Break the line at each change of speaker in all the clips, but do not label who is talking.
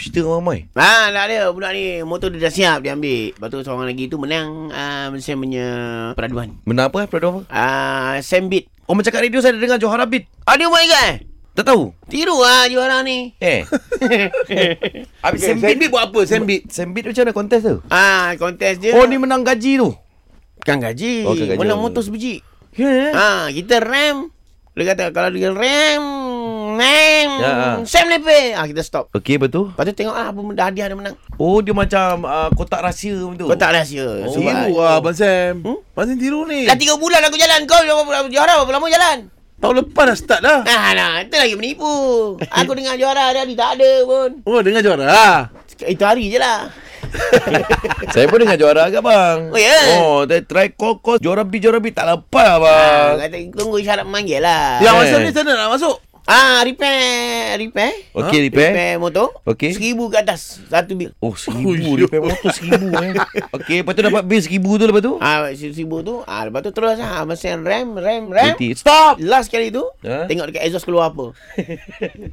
cerita ramai.
Ha, dah ada budak ni motor dia dah siap dia ambil. Lepas tu seorang lagi tu menang uh, Malaysia punya peraduan.
Benar apa eh peraduan apa?
Ah, uh, Sambit.
Oh macam kat radio saya ada dengar Johar Abid.
Ah, dia buat ingat.
Tak tahu.
Tiru ah juara ni.
Eh. Habis
Okay,
sembit
Sandbit buat apa? Sandbit.
sembit macam mana kontes tu?
Ah, kontes dia.
Oh ni menang gaji tu.
kan gaji.
Oh, kan gaji.
Menang motor sebiji.
Ya.
Ha, kita ram. Dia kata kalau dia ram, ram,
Ya, ha.
Sam lepe. Ah, kita stop.
Okey betul.
Lepas tu tengok ah apa benda hadiah dia menang.
Oh dia macam uh, kotak rahsia macam tu.
Kau tak rahsia.
Oh, Hmm?
Sebab
Tiru lah Abang Sam. Abang Sam tiru ni.
dah tiga bulan aku jalan kau berapa juara berapa lama jalan?
Tahun lepas dah start
lah.
dah.
Ah, nah, itu lagi menipu. Aku dengar juara dia ni tak ada pun.
Oh dengar juara lah.
Itu hari je lah.
Saya pun dengar juara agak bang.
Oh, ya?
Oh, saya try call call juara B juara B tak lepas bang.
Ah, kata tunggu isyarat memanggil lah.
Yang
Ya.
Abang Sam ni sana nak masuk.
Ah, repair, repair.
Okey
Ha?
repair.
Repair motor.
Okey.
Seribu ke atas. Satu bil.
Oh seribu
Oh,
Repair motor seribu eh Okey lepas tu dapat bil seribu tu lepas tu
Ah, seribu tu. Ah, lepas tu terus ah, mesin rem, rem, rem.
Berhenti. Stop
Last kali tu
Ha?
Tengok dekat exhaust keluar apa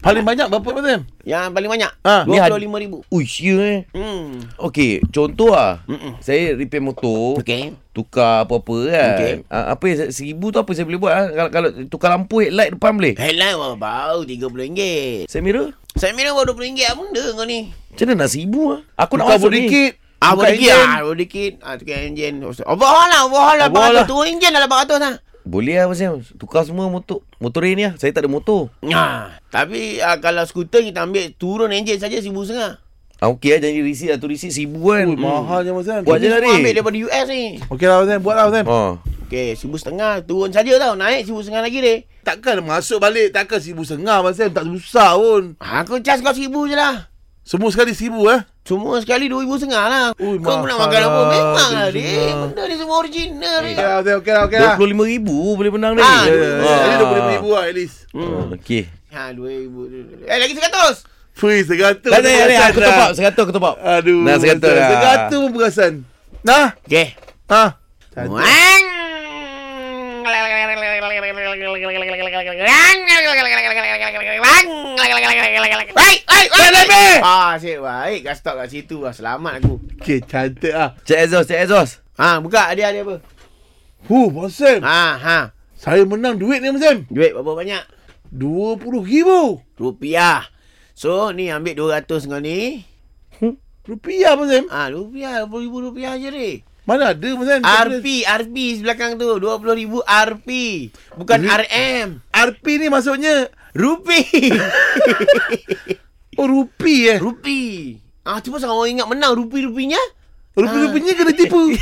Paling banyak berapa Abang Sam?
Yang paling banyak
Ha,
ni had-
RM25,000
Ui sia eh
hmm.
Okey contoh lah Mm-mm. Saya repair motor
Okay
Tukar apa-apa kan
Okey.
okay. Apa yang saya- seribu tu apa saya boleh buat ha? kalau, kalau tukar lampu headlight depan boleh
Headline wah, bau RM30
Saya mirror
Saya mira baru RM20 apa benda lah kau ni
Macam mana nak seribu lah Aku nak
Buka
masuk ni
bodikit.
Ah,
Buka
baru dikit
enjin.
Ah, baru dikit Ah, tukar enjin Overhaul lah, overhaul lah
Overhaul lah.
800 Turun enjin dah 800 lah
Boleh lah Abang Tukar semua motor Motor rain ni lah Saya tak ada motor
Nah, tapi ah, kalau skuter kita ambil turun enjin saja RM1,500
ah, Okey lah janji receipt lah Tu receipt seribu kan
Ui, mahal je Abang Sam.
Buat je lah
Semua ambil
ni
daripada US ni
Hmm. Okey lah Abang Sam. Buat lah Abang Sam.
ha.
Okay, RM1,500 turun saja tau Naik RM1,500 lagi deh
Takkan masuk balik. Takkan seribu setengah Abang Sam. Tak susah pun.
Ah, Aku charge kau RM1,000 je lah
Semua sekali seribu eh.
Semua sekali RM2,500 lah.
Ui,
Kau
mahal
nak makan apa?
lah,
Memang lah,
RM2,500.
Dik. Benda ni semua original,
Okey
Dik.
lah Abang Sam. Okey lah. Okey lah.
RM25,000 boleh menang ni
Ah,
ah,
Ya, Jadi RM25,000 lah at least.
Hmm. Okey
Ha, RM2,000. Eh, lagi RM100.
Free segatus.
Dah dah dah aku top up Segatus aku top up
Aduh.
Dah segatus dah
Segatus pun perasan. Nah.
Okay.
Ha.
Muang. Baik, baik, baik. Ah, asyik baik. Kat stop kat situ lah. Selamat aku.
Okay, cantik ah.
Cek exhaust Cek exhaust
Ha, buka dia dia apa?
Huh, Abang Sam.
Ha, ha.
Saya menang duit ni, Abang Sam.
Duit berapa banyak?
RM20,000.
Rupiah. So, ni ambil 200 kau ni.
Rupiah, Abang Sam.
Ah, rupiah, RM20,000 rupiah je, Dik.
Mana ada, Abang Sam.
RP, RP belakang tu. RM20,000 RP. Bukan
Ru-
RM.
RP ni maksudnya.
Rupi.
Oh, rupi eh.
rupi. Ah, tu pasal orang ingat menang rupi-rupinya.
Rupi-rupinya kena tipu.